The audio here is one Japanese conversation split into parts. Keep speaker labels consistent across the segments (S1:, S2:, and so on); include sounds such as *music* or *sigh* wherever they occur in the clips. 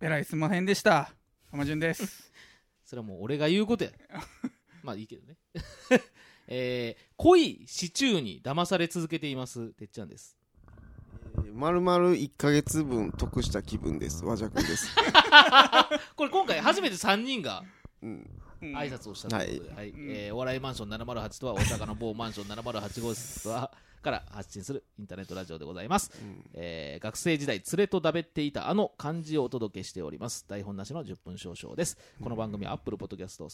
S1: えらいすんまへんでした浜潤です
S2: それはもう俺が言うことや *laughs* まあいいけどね *laughs* えー、濃いシチューに騙され続けていますてっちゃんです
S3: まるまる1ヶ月分得した気分です。和くんです。
S2: これ今回初めて3人が
S3: うん、
S1: うん
S2: 挨拶をしたということで、はい
S1: うん
S2: えーお笑いマンション708とは大阪の某マンション708号室はから発信するインターネットラジオでございます、
S3: うん
S2: えー学生時代連れとだべっていたあの漢字をお届けしております台本なしの10分少々ですこの番組は Apple Podcast、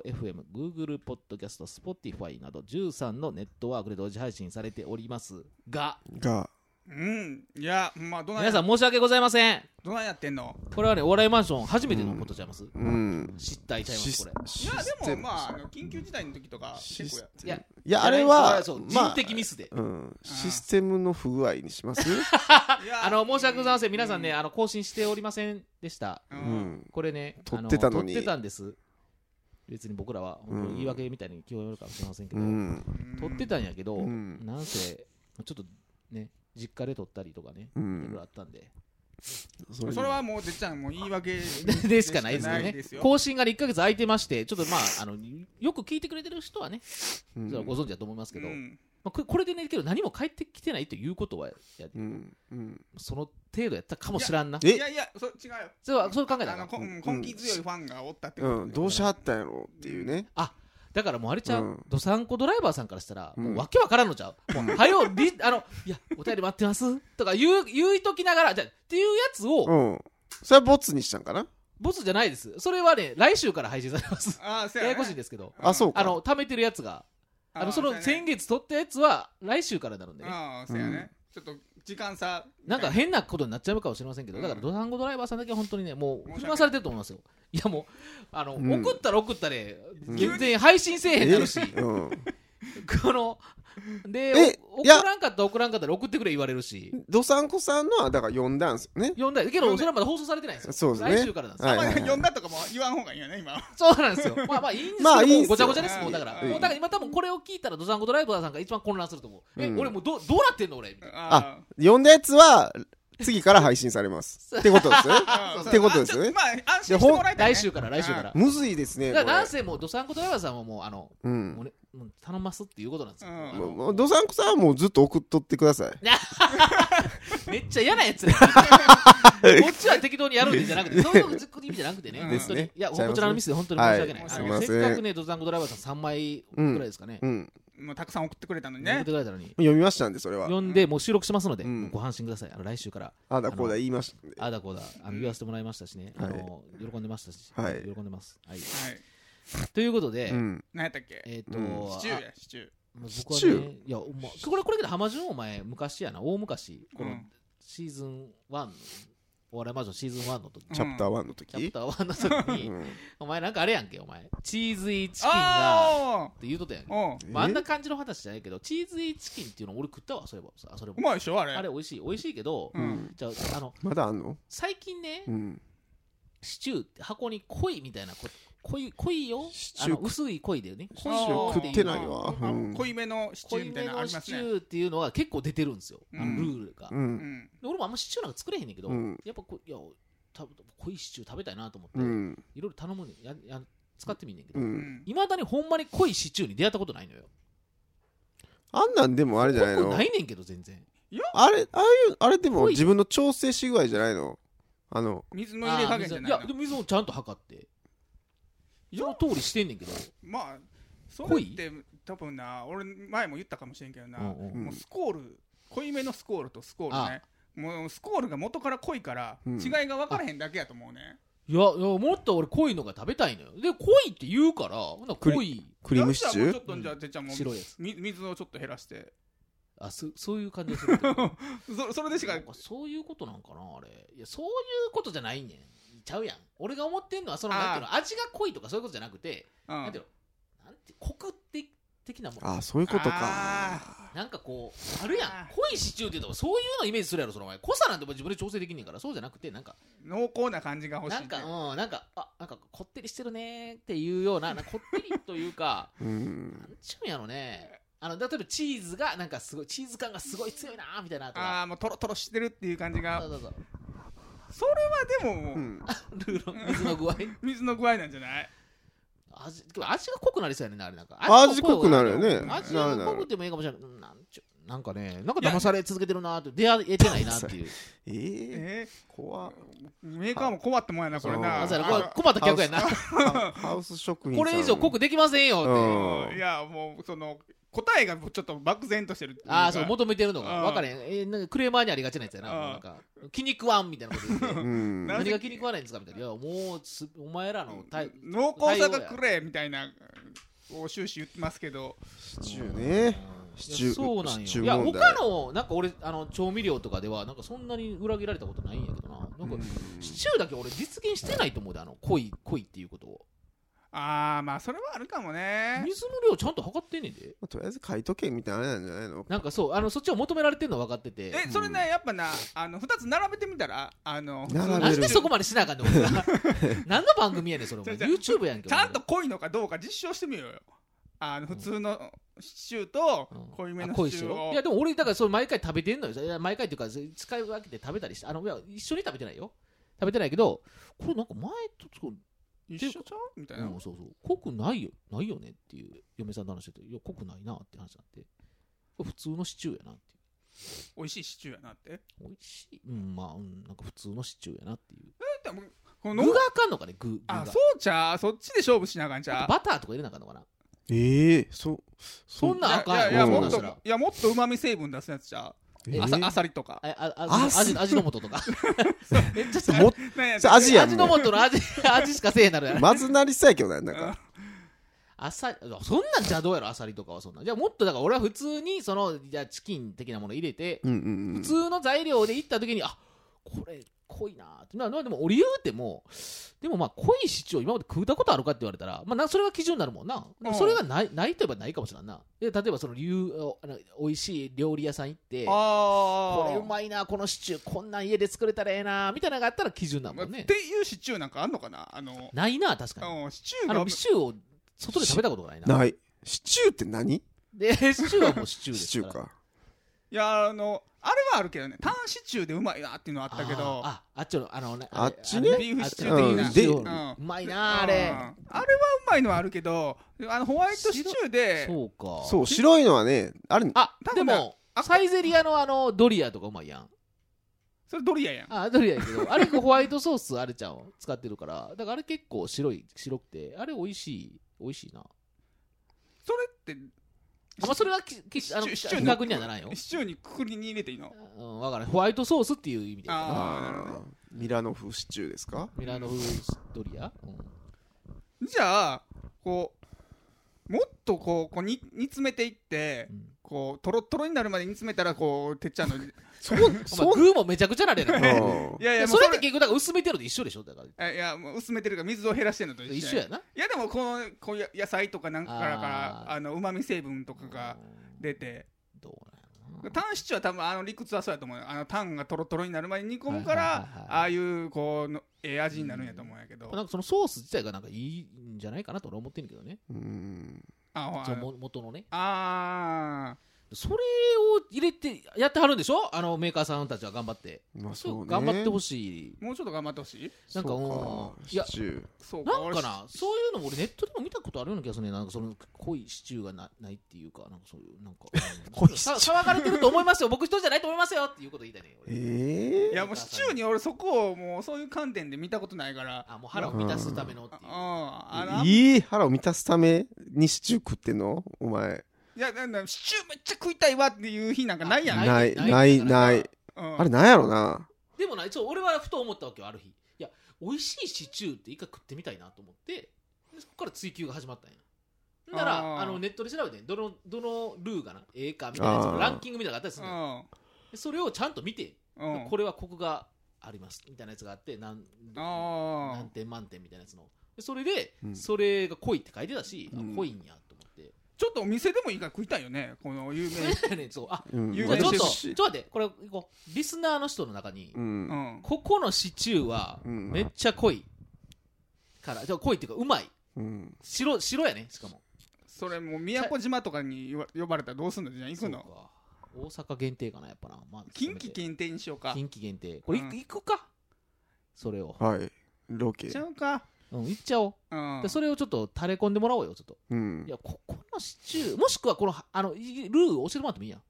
S2: StandFM、Google Podcast、Spotify など13のネットワークで同時配信されておりますが
S3: が、
S1: うんいやまあどない
S2: 皆さん申し訳ございません
S1: どないやってんの
S2: これはねお笑いマンション初めてのことちゃいます、
S3: うん。
S2: 知ったいちゃいま
S3: シ
S2: す
S3: ス
S2: これ
S1: い
S3: シ
S1: や
S3: ス
S1: で
S3: テ
S1: も
S3: ム
S1: まああの緊急事態の時とか
S3: シ
S1: 結構
S3: ス
S1: や
S2: いや
S3: いや、あれは、
S2: そう
S3: まあ
S2: 人的ミスで、
S3: うん、システムの不具合にします
S1: いや
S2: あの申し訳ございません皆さんねあの更新しておりませんでした
S1: う
S3: うんん。
S2: これね
S3: 撮ってたのに
S2: あ撮ってたんです別に僕らは本当に言い訳みたいに聞こえるかもしれませんけ
S3: う
S2: ど、
S3: ん。
S1: うん
S2: 撮ってたんやけど、
S3: うん
S2: なんせちょっとね実家で撮ったりとかね、
S3: う
S2: いろい
S3: ん
S2: ろあ。ったんで *laughs*
S3: そ
S1: それはもうてっちゃんもう言い訳
S2: でしかないですよね
S1: ですよ
S2: 更新が1か月空いてましてちょっとまああのよく聞いてくれてる人はね、
S3: うん
S2: それはご存知だと思いますけど、
S1: うん
S2: まあ、これこれでねけど何も返ってきてないということはや
S3: うん。うん。
S2: その程度やったかもしらんな
S3: え
S1: いやいやそ違うよ
S2: それはそう考えた
S1: あ
S2: ら
S1: のこ
S3: うん
S1: うん根気強いファンがおったってこ
S3: う
S1: と
S3: ん。
S1: で
S3: どうしはったんやろうっていうね。
S2: だからもうあれちゃう、
S3: うん
S2: どさんこドライバーさんからしたら、
S3: うん
S2: もうわけわからんのちゃう、もうはよりあのいやお便り待ってますとか言う言いときながらじゃあっていうやつを、
S3: うん。それはボツにしたんかな
S2: ボツじゃないですそれはね来週から配信されます
S1: ああそう
S2: や
S1: や
S2: やこしいんですけど
S3: あ、そうか。
S2: あの貯めてるやつがあのその先
S1: 月
S2: 月取ったやつは来週からなのでね
S1: ああそうやねちょっと時間差
S2: なんか変なことになっちゃうかもしれませんけど、
S1: うん
S2: だからドサンゴドライバーさんだけは本当にねも
S1: 申
S2: う
S1: し訳ない
S2: 振り回されてると思いますよいやもうあの、
S3: うん
S2: 送ったら送ったで
S3: うん
S2: 全然配信せえへんなるし、
S3: うん。
S2: こので
S3: え
S2: お送
S3: いや
S2: らんかったら送らんかったら送ってくれ言われるし
S3: どさんこさんのは、だから呼んだんすよね。
S2: 読んだけ
S1: 呼ん
S2: ど
S1: で
S2: それはまだ放送されてないんですよ
S3: そうですね
S2: 来週からなんですよ、
S3: はい
S1: ま
S3: はい
S1: あ
S3: はい
S1: 呼んだとかも言わんほうがいいよね今
S2: そうなんですよまあまあいいんですけど、
S3: まあいいんすよ
S2: もうごちゃごちゃですもうだから、
S1: うん
S2: もうだから今多分これを聞いたらドサンゴドライバーさんが一番混乱すると思う、
S3: うん
S2: え俺もうどどうなってんの俺みたいな
S1: あ
S3: 呼んだやつは、次から配信され
S2: *laughs*
S3: ます。ってことですね。
S1: あ
S3: ってことですよね
S1: まあ安心してもらいたいね
S2: 来週から来週から
S3: むずいですね。
S2: だから
S3: これ
S2: なんせもうどさんこドライバーさんはもうあの、
S3: うん
S2: もうねもう頼ますっていうことなんですよ、
S1: うん
S2: あ
S3: もう
S2: の
S3: もうどさんこさんはもうずっと送っとってください。
S2: めっちゃ嫌なや
S3: *laughs*
S2: つねこっちは適当にやるんでじゃなくてそういう意味じゃなくてね
S1: です
S3: ね
S2: 本当にいや
S3: ちゃいますね
S2: こちらのミスで本当に申し訳
S1: は
S2: ない、
S1: い
S2: あ
S1: すい
S2: の
S3: ません
S2: せっかくねどさんこドライバーさん3枚ぐらいですかね、
S3: うん。
S1: もうたくさん送ってくれたのに
S2: 送っ
S1: ね
S2: てくれたのに
S3: 読みましたんで、それは。
S2: 呼んでもう収録しますので、
S3: うん
S2: ご安心くださいあの来週から
S3: あだこうだ言いましたんで。
S2: あだこうだあ
S1: う
S2: の
S1: ん
S2: 言わせてもらいましたしね、
S3: は
S2: あ
S3: い
S2: の喜んでましたし、
S3: はい
S2: 喜んでます、はい、
S1: はい
S2: ということで、
S3: うん。
S1: 何やったっけ
S2: えっ、と、
S3: うん
S2: あ
S1: シチューやシチュー
S2: まあ
S3: シ
S2: 僕は
S3: チュー
S2: ねいや、まあ、これこれけど浜順お前昔やな大昔こ
S1: う
S2: の
S1: ん
S2: シーズン1のお笑いマジョンシーズン1の時
S1: うん
S3: チャプター1の
S2: キャプ
S3: 時
S2: ター1の時
S3: う
S2: に、
S3: ん。
S2: お前なんかあれやんけお前チーズイーチキンが
S1: あ
S2: って言うとったやんけ
S1: あ、おう
S2: まあ、あんな感じの話じゃないけどチーズイーチキンっていうの俺食ったわそれもあそれも
S1: うまいでしょあれ
S2: あれ美味しい美味しいけど、
S1: うん
S2: じゃああの
S3: まだあんの
S2: 最近ね、
S3: うん。
S2: シチューって箱に濃いみたいなこ濃い濃いよ
S3: シ
S2: あ
S3: チュー
S2: の薄い濃いだよね
S1: シ
S2: 濃
S1: チュ
S2: いよ
S1: ー
S2: って
S3: 食
S2: いう
S3: ってないわ。う
S1: あ
S3: ん。
S1: 濃いめのシチ
S2: 濃
S1: ュー
S2: い
S1: みたい
S2: め
S1: なのあ
S2: の
S1: りま
S2: シ
S1: す
S2: チ
S1: ね
S2: ューっていうのは結構出てるんですよ、あ
S1: うん
S2: のルールが、
S3: う
S2: で
S3: ん。
S1: ん
S2: 俺もあんまシチューなんか作れへんねんけど、
S3: うん
S2: やっぱこういや多分濃いシチュー食べたいなと思って、
S3: うん。
S2: いろいろ頼むねやや使ってみんねんけど
S3: う。
S1: うんん
S2: いま、未だにほんまに濃いシチューに出会ったことないのよ
S3: あんなんでもあれじゃない
S2: 濃く
S3: の
S2: ないねんけど全然
S3: あれ、ああいう、あれでも
S2: 濃い
S3: 自分の調整し具合じゃないのあの、
S1: 水の入れ加減じゃない
S2: あ
S1: の
S2: ー水いやでも水もちゃんと測ってその通りしてんねんけど、
S1: まあそ
S2: 濃
S1: れっ
S2: い
S1: て多分な俺前も言ったかもしれんけどな、
S2: うんうん
S3: ん
S1: もうスコール濃いめのスコールとスコールねもうスコールが元から濃いから
S3: うん
S1: 違いが分からへんだけやと思うね、
S2: いやいやもっと俺濃いのが食べたいのよで濃いって言うからほんなら濃い
S3: クリームシチュ
S1: じゃあもうちょ
S3: ー
S1: っとじゃあてっちゃんも
S2: 白いやつ
S1: み水をちょっと減らして
S2: あそそういう感じがするけど
S1: *laughs* そそれでしか
S2: なんかそういうことなんかなあれいやそういうことじゃないねんちゃうやん俺が思ってんのはその
S1: あー
S2: なんていうの味が濃いとかそういうことじゃなくて、
S1: うん
S2: なんていうのなんてコク的的なも
S3: あ
S2: ん
S3: そういうこと
S1: あ
S3: か。
S2: なんかこうあるやん
S1: あー
S2: 濃いシチューって言うとそういうのイメージするやろその前濃さなんてもう自分で調整できんねんからそうじゃなくてなんか
S1: 濃厚な感じが欲しい
S2: なん
S1: ね
S2: かうんなんかあなんかこってりしてるねーっていうようななんかこってりという *laughs* か
S3: うん。
S2: なんちゅうんやろねあの例えばチーズがなんかすごいチーズ感がすごい強いなーみたいなとか
S1: ああもうトロトロしてるっていう感じ
S2: そ
S1: が
S2: うそうそう
S1: それはでも、
S3: うん
S2: ルーロン水の具合
S1: 水の具合なんじゃない
S2: 味でも味が濃くなりそうやねんなあれなんか
S3: 味濃くなるよ
S2: よ
S3: ね
S2: 味
S3: な
S2: が
S3: るな
S2: 濃
S3: る
S2: くてもいいかもしれないなんちゅなんかねなんか騙され続けてるなーって出会えてないなっていう
S3: えー、
S1: え
S3: 怖っ
S1: ーメーカーも困ったもんやなこれな
S2: まさにこ
S1: あ
S2: れ困った客やな
S3: ハウハウス食品さん
S2: これ以上濃くできませんよっていう
S1: いやもうその答えがちょっと漠然としてるっていか
S2: ああそう求めてるのが
S1: うん
S2: 分かれへんえーなんかクレーマーにありがちなやつやな
S1: うん
S2: もうなんか気に食わんみたいなこと言って
S3: うん
S1: な
S2: 何が気に食わないんですかみたいないやもうすお前らのタイ
S1: 濃厚さがくれみたいなを終始言ってますけど
S3: シチューねシチュー
S2: いやそうなん
S3: シチ
S2: よ
S3: ュー
S2: いや
S3: 問題
S2: 他のなんか俺あの調味料とかではなんかそんなに裏切られたことないんやけどななんか、シチューだけ俺実現してないと思うであの濃い濃いっていうことを
S1: ああまあそれはあるかもね
S2: 水の量ちゃんと測ってんねんで
S3: まあとりあえず書いとけみたいなのなんじゃないの
S2: なんかそうあのそっちを求められてるの分かってて
S1: えそれねやっぱなあの2つ並べてみたらあの
S3: 並べる
S2: なんでそこ
S1: ま
S2: までしなあかんの
S3: *laughs*
S2: 何の番組やねんそれお前
S1: ちょち
S2: YouTube やんけ
S1: ちゃんと
S2: お
S1: 濃いのかどうか実証してみようよあの普通のシチューと
S2: 前うん
S1: 濃いめ
S2: あ
S1: の
S2: 濃い
S1: シ
S2: っ
S1: チ
S2: す
S1: ュ
S2: よ
S1: ーを
S2: いやでも俺だからそれ毎回食べてんのよいや毎回っていうか使い分けて食べたりしてあのいや一緒に食べてないよ食べてないけどこれなんか前と作る
S1: 一緒ちゃうみたいな
S2: うん、そうそう濃くないよないよねっていう嫁さんと話してていや濃くないなって話になってこれ普通のシチューやなっていう
S1: 美味しいシチューやなって
S2: 美味しいうんまあうんなんか普通のシチューやなっていう
S1: でもこ
S2: 具
S1: の
S2: があかんのかね具具が
S1: あそうちゃうそっちで勝負しなあかんちゃ
S2: あと
S1: う
S2: バターとか入れなあかんのかな
S3: ええそう
S2: そんなんあ
S1: い
S2: か
S1: や
S2: ん
S1: いや
S2: よ
S3: うん
S2: そ
S1: も
S2: んな
S1: っ
S2: ん
S1: と
S2: したら
S1: いやもっとうまみ成分出すやつちゃ
S3: え
S1: うあ
S3: ー
S1: さあさりとか
S2: ああ
S3: あ
S2: あ味
S3: す
S2: 味の素
S1: *laughs*
S2: とかえちょっと
S3: もっ
S1: なんや
S3: と味やん
S2: 味の
S3: も
S2: 素の味味しかせえへんなるや
S3: う
S2: ろ
S3: まずなりそうやけどななんか
S2: あさりそんなん邪道やろあさりとかはそんなんじゃあもっとだから俺は普通にそのじゃあチキン的なもの入れて
S3: うんうんう
S2: 普
S3: ん
S2: 通の材料でいった時にあこれ濃いなーってまあまあでも俺言うてもでもまあ濃いシチューを今まで食うたことあるかって言われたら、まあ、なそれが基準になるもんなでも
S1: うん
S2: それがないないといえばないかもしれんなで例えばその流あの美味しい料理屋さん行ってこ
S1: あ
S2: れうまいなこのシチューこんなん家で作れたらええなみたいなのがあったら基準なん
S1: ま
S2: もん
S1: あっ
S2: ね
S1: ていうシチューなんかあんのかなあの
S2: ないな確かに
S1: うんシチュー
S2: あ
S1: が
S2: のシチューを外で食べたことがないな
S3: ないシチューって何
S2: でシチューはもうシチューですから
S3: シチューか
S1: いやあのあれはあるけどねタンシチューでうまいなっていうのはあったけど
S2: あーああっちのあのね
S3: あっちね
S2: あれ
S1: ビーフシチュ
S3: ー的な
S2: あっちの
S3: うん
S2: ビーフシチュ
S3: で
S2: ー
S1: う
S2: うまい
S1: うん
S2: なあれ
S1: あれはうまいのはあるけどあのホワイトシチューで
S2: そうか
S3: そう白いのはねあれ
S2: あ
S1: ただ
S2: でも
S1: あ
S2: サイゼリアのあのドリアとかうまいやん
S1: それドリアやん
S2: あドリアやけどあれホワイトソースあれちゃんを使ってるからだからあれ結構白い白くてあれ美味しい美味しいな
S1: それって
S2: あまあそれはききあの
S1: シ
S2: 比
S1: チューの
S2: 較にはならんよ、
S1: シチューにくくりに入れていいの
S2: うん、わからんホワイトソースっていう意味で
S1: あーなるほ
S3: あーミラノ風シチューで
S2: *laughs*
S3: すか
S2: ミラノ風ドリア、うん
S1: じゃあこうもっとこうこうに煮詰めていって
S2: うん
S1: こうとろとろになるまで煮詰めたらこうてっちゃん
S2: *laughs*
S1: のい
S3: そう
S2: お前
S3: *laughs* そう
S2: グーもめちゃくちゃなれるな
S3: う
S2: い
S3: ん
S1: やい
S2: や
S1: やも
S2: そうれ
S1: そ
S2: って
S1: れ
S2: 結局だから薄めてるのと一緒でしょだから
S1: あいやもう薄めてるから水を減らしてるのと一緒
S2: 一緒やない
S1: やでもこのこうや野菜とかなんかからか
S2: あー
S1: らあのうまみ成分とかが
S2: うん
S1: 出て
S2: どうなんやろな
S1: タンシチューは多分あの理屈はそうやと思うよあのタンがとろとろになる前に煮込むから、
S2: はいはいはいはい
S1: ああいうこうのええ味になるんやと思うんやけど、
S2: なんかそのソース自体がなんかいいんじゃないかなと俺は思ってんけどね
S3: うん
S1: あほあ
S2: そのも元のね
S1: あ
S2: それを入れてやってはるんでしょあのメーカーさんたちは頑張って
S3: まあそうね
S2: 頑張ってほ
S3: し
S2: しい
S1: ーもうちょっと頑張ってほしい
S2: なんか
S3: そ
S2: うん
S3: うか
S2: いや
S3: シチュー
S1: そうか
S2: なんかなそういうのも俺ネットでも見たことあるような気がするねなんかその濃いシチューがなないっていうかなんかそういうなんか
S3: *laughs* 濃いシチュー
S2: さ騒がれてると思いますよ僕一人じゃないと思いますよっていうこと言いたいね俺
S3: え
S1: い
S3: え
S1: やもうシチューに俺そこをもうそういう観点で見たことないから
S2: あもう腹を満たすためのって
S1: あ
S2: いう
S1: ああの
S3: いい腹を満たすためにシチュー食ってんのお前
S1: いやなんだシチューめっちゃ食いたいわっていう日なんかないやん
S2: あ
S1: う
S3: ない
S2: ない
S3: ない
S2: な
S3: ないい
S1: ん、
S3: あれなんやろな
S2: でもないそう俺はふと思ったわけよある日いや美味しいシチューって一回食ってみたいなと思ってでそこから追求が始まったんやだから
S1: あ
S2: あ
S1: ー
S2: のネットで調べてどのどのルーがなええかみたいなやつ
S3: あー
S2: ランキングみたいなのがあったりす
S1: う
S2: るのよ
S1: ん
S2: でそれをちゃんと見て
S1: うん
S2: これはコクがありますみたいなやつがあってなん
S1: あ
S2: 何
S1: あ
S2: 点満点みたいなやつのでそれで、
S3: うん
S2: それが濃いって書いてたし、あ
S3: うん
S2: 濃いんやと思って
S1: ちょっとお店でもいいから食いたいよねこの有名
S2: それやね *laughs* そうあ
S3: うん
S1: 有
S2: じゃあ
S1: 名
S2: ちょっと
S1: シ
S2: ちょっと待ってこれいこうリスナーの人の中に、
S3: うん
S1: うん
S2: ここのシチューは
S3: うん
S2: めっちゃ濃いから、じゃあ濃いっていうかうまい
S3: うん
S2: 白白やねしかも
S1: それもう宮古島とかに言わ呼ばれたらどうすんのじゃあ行くの
S2: そうか大阪限定かなやっぱな、まあ、
S1: 近畿限定にしようか
S2: 近畿限定これいく,、
S1: うん
S2: いくかそれを、
S3: はい。ロケ
S1: ち。ゃうか。
S2: うん、言っちゃおう、
S1: うん
S2: で。それをちょっと垂れ込んでもらおうよちょっと
S3: うん
S2: い。やここのシチューもしくはこのあのいルー教えてもらってもいいやん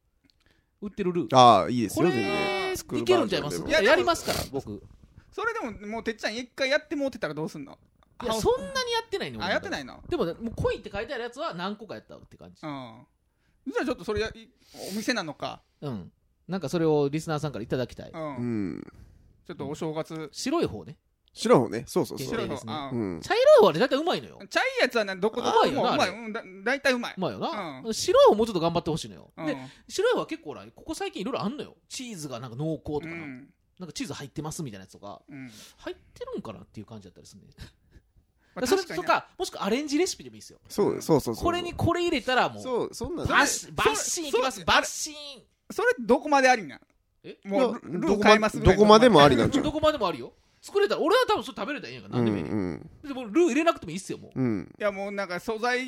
S2: 売ってるルー
S3: ああ、いいです
S2: こ
S3: よ、
S2: れ
S3: 全然。作る
S2: いけるんちゃいます
S3: バージョンでも
S2: いややりますから僕
S1: それでも、もうてっちゃん一回やってもうてたらどうすんの
S2: いや
S1: あ
S2: そんなにやってないの
S1: あ、やってないの
S2: でもねもう恋って書いてあるやつは何個かやったって感じ
S1: うん。じゃあちょっとそれや、いお店なのか。
S2: うんなんかそれをリスナーさんからいただきたい
S1: うん。
S3: うん。
S1: ちょっとお正月。
S2: 白い方ね
S3: 白方ね。そうそうそ
S2: 白
S1: 白
S2: い
S1: い
S2: で
S1: の
S2: すね
S1: あ
S3: う。うん。
S2: 茶色い方はね大体うまいのよ
S1: 茶いやつはね、どこどこ
S2: あうまいよ
S1: も
S2: な
S1: うまい。
S2: あ
S1: うんだ大体うまい。
S2: うまいよな、
S1: う
S2: 白い方もうちょっと頑張ってほしいのよ、
S1: うん
S2: で白い方は結構ほらここ最近いろいろあんのよチーズがなんか濃厚と
S1: う
S2: かな,、ん、
S1: ん。
S2: かチーズ入ってますみたいなやつとか
S1: うん。
S2: 入ってるんかなっていう感じだったりするね、
S1: まあ
S2: それ
S1: 確かに
S2: とかもしくはアレンジレシピでもいいですよ
S3: そうそうそうそう。
S2: これにこれ入れたらもう
S3: そう、そんなん
S2: バッシバッシンいきま
S1: そ
S2: す
S1: れ
S2: バッシン
S1: それどこまでありなん
S2: え
S1: もう
S3: いや
S1: ルル
S3: どこ
S1: ー
S3: ま
S1: 変えますぐらい
S3: どこまでもありなんちゃう
S2: どこまでもあるよ作れたら俺は多分それ食べれたらいいんやから
S3: う
S2: 何
S3: ん
S2: で
S3: う
S2: もいいね、
S3: ん。
S2: でもルー入れなくてもいいっすよもう
S3: うん。
S1: いやもうなんか素材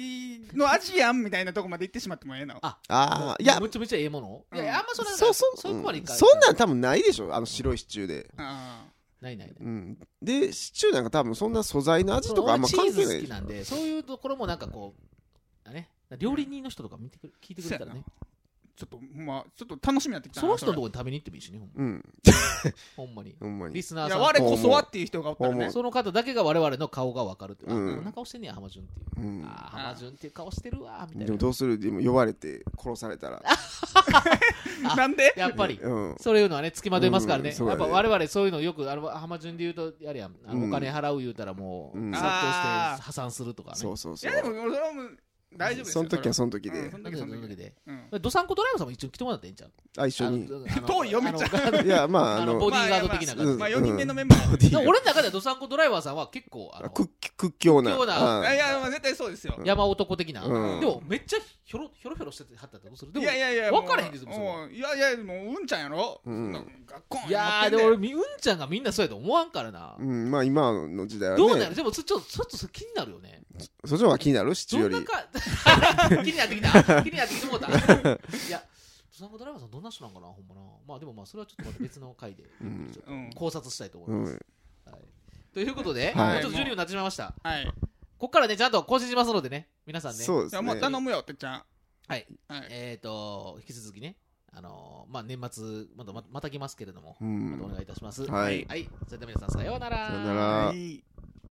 S1: の味やんみたいなとこまで行ってしまってもええな
S2: あ
S3: ああ、いや、
S2: めちゃめちゃええもの、
S1: うん
S2: いやあんまそれは
S3: そうそう
S2: そういうとこまでいかな
S3: う
S2: んい
S3: そんなん多分ないでしょあの白いシチューで、
S1: あ
S2: ないないない
S3: うん、でシチューなんか多分そんな素材の味とかあんま
S2: チー
S3: 関
S2: ズ
S3: 係な
S2: 好
S3: いで
S2: き
S3: し
S2: なんでそういうところもなんかこうあね料理人の人とか見てくれ聞いてくれたらね
S1: ちょっとまあちょっと楽しみになってきた
S2: そ
S1: な
S2: の人の
S1: れ
S2: とこに食べに行ってもいいしねほんま
S3: うん
S2: ほんまに
S3: ほんまに
S2: リスナー
S1: いや
S2: さん
S1: 我こそはっていう人がおったら
S3: ほん
S1: ね
S3: ま
S2: その方だけが我々の顔が分かるって、う
S3: うん
S2: あこんな顔してんねや浜潤っていう、
S3: うん
S2: あー浜潤っていう顔してるわみた
S3: でも
S2: いな
S3: どうするでも呼ばれて殺されたらやっ
S2: あ
S1: なんで
S2: やっぱり
S3: うん
S2: そういうのはねつきまといますからね、
S3: うんそう
S2: やっ
S3: やね
S2: ぱ我々そういうのよくあの浜潤で言うとやれやんあの
S3: うん
S2: お金払う言うたらもう、
S3: うん
S2: 殺到
S1: あー
S2: して破産するとかね
S3: そうそう
S1: い
S3: そう
S1: やでもそれはもう大丈夫ですよ
S3: その時は
S1: そ
S3: その時
S1: れはうん
S3: で
S1: その
S2: だ
S1: 時はその時
S2: けどその時
S1: で
S2: で
S1: うん
S2: どさんこドライブさんも一応来てもらったらいいんちゃう
S3: あ一緒に
S2: あの
S1: *laughs* 遠いよめっちゃ
S2: あの
S3: *laughs* いやまああ
S2: あの
S3: の
S2: ボデ
S3: ボ
S2: ィーガード的な感じ
S3: うん
S1: まあ4人目のメンバー
S3: ディ
S2: でも *laughs*
S3: ー
S2: 俺の中ではどさんこドライバーさんは結構あの
S3: 屈屈強な
S2: 屈強な
S1: うん
S3: あ
S1: いやまあ絶対そうですよ
S2: 山男的な、
S3: うん
S2: でもめっちゃひょろひょろひょろしててはったらどうするで
S1: い
S2: も
S1: やいやいや
S2: 分からへんですもんそれは
S1: もういやいやもううんちゃんやろ
S3: う
S1: そ
S3: ん
S1: んなガッコン
S2: いや
S1: 持
S2: ーで
S1: ってん
S2: も俺みうんちゃんがみんなそうやと思わんからな、
S3: うんまあ今の時代は
S2: どうな
S3: ね
S2: るでもちょっとちょっとそれ気になるよね
S3: そっちの方が気になるシチュー
S2: ど
S3: よ
S2: んな
S3: り
S2: か *laughs* 気になってきた気になってきてもう
S3: *laughs*
S2: たいやドサンコドライバーさんどんな人なんかなほんまなまあでもまあそれはちょっとまた別の回で
S3: うん
S2: ゆっくりちょっと
S1: うん
S2: 考察したいと思いうます、
S3: ん
S2: はい、ということで、
S3: はい
S2: もうちょっと12分になってしまいました
S1: はい
S2: ここからねちゃんと更新しますのでね皆さんね
S3: そうで
S1: じゃ
S3: す
S1: あもう
S3: ね
S1: 頼むよてっちゃん
S2: はい
S1: はい
S2: えー、と引き続きね、あのーまあ、年末またままた来ますけれども、
S3: う
S2: またお
S3: ん
S2: 願いいたします。
S3: はい
S2: はい、それでは皆さんさようなら。
S3: さようなら
S1: はい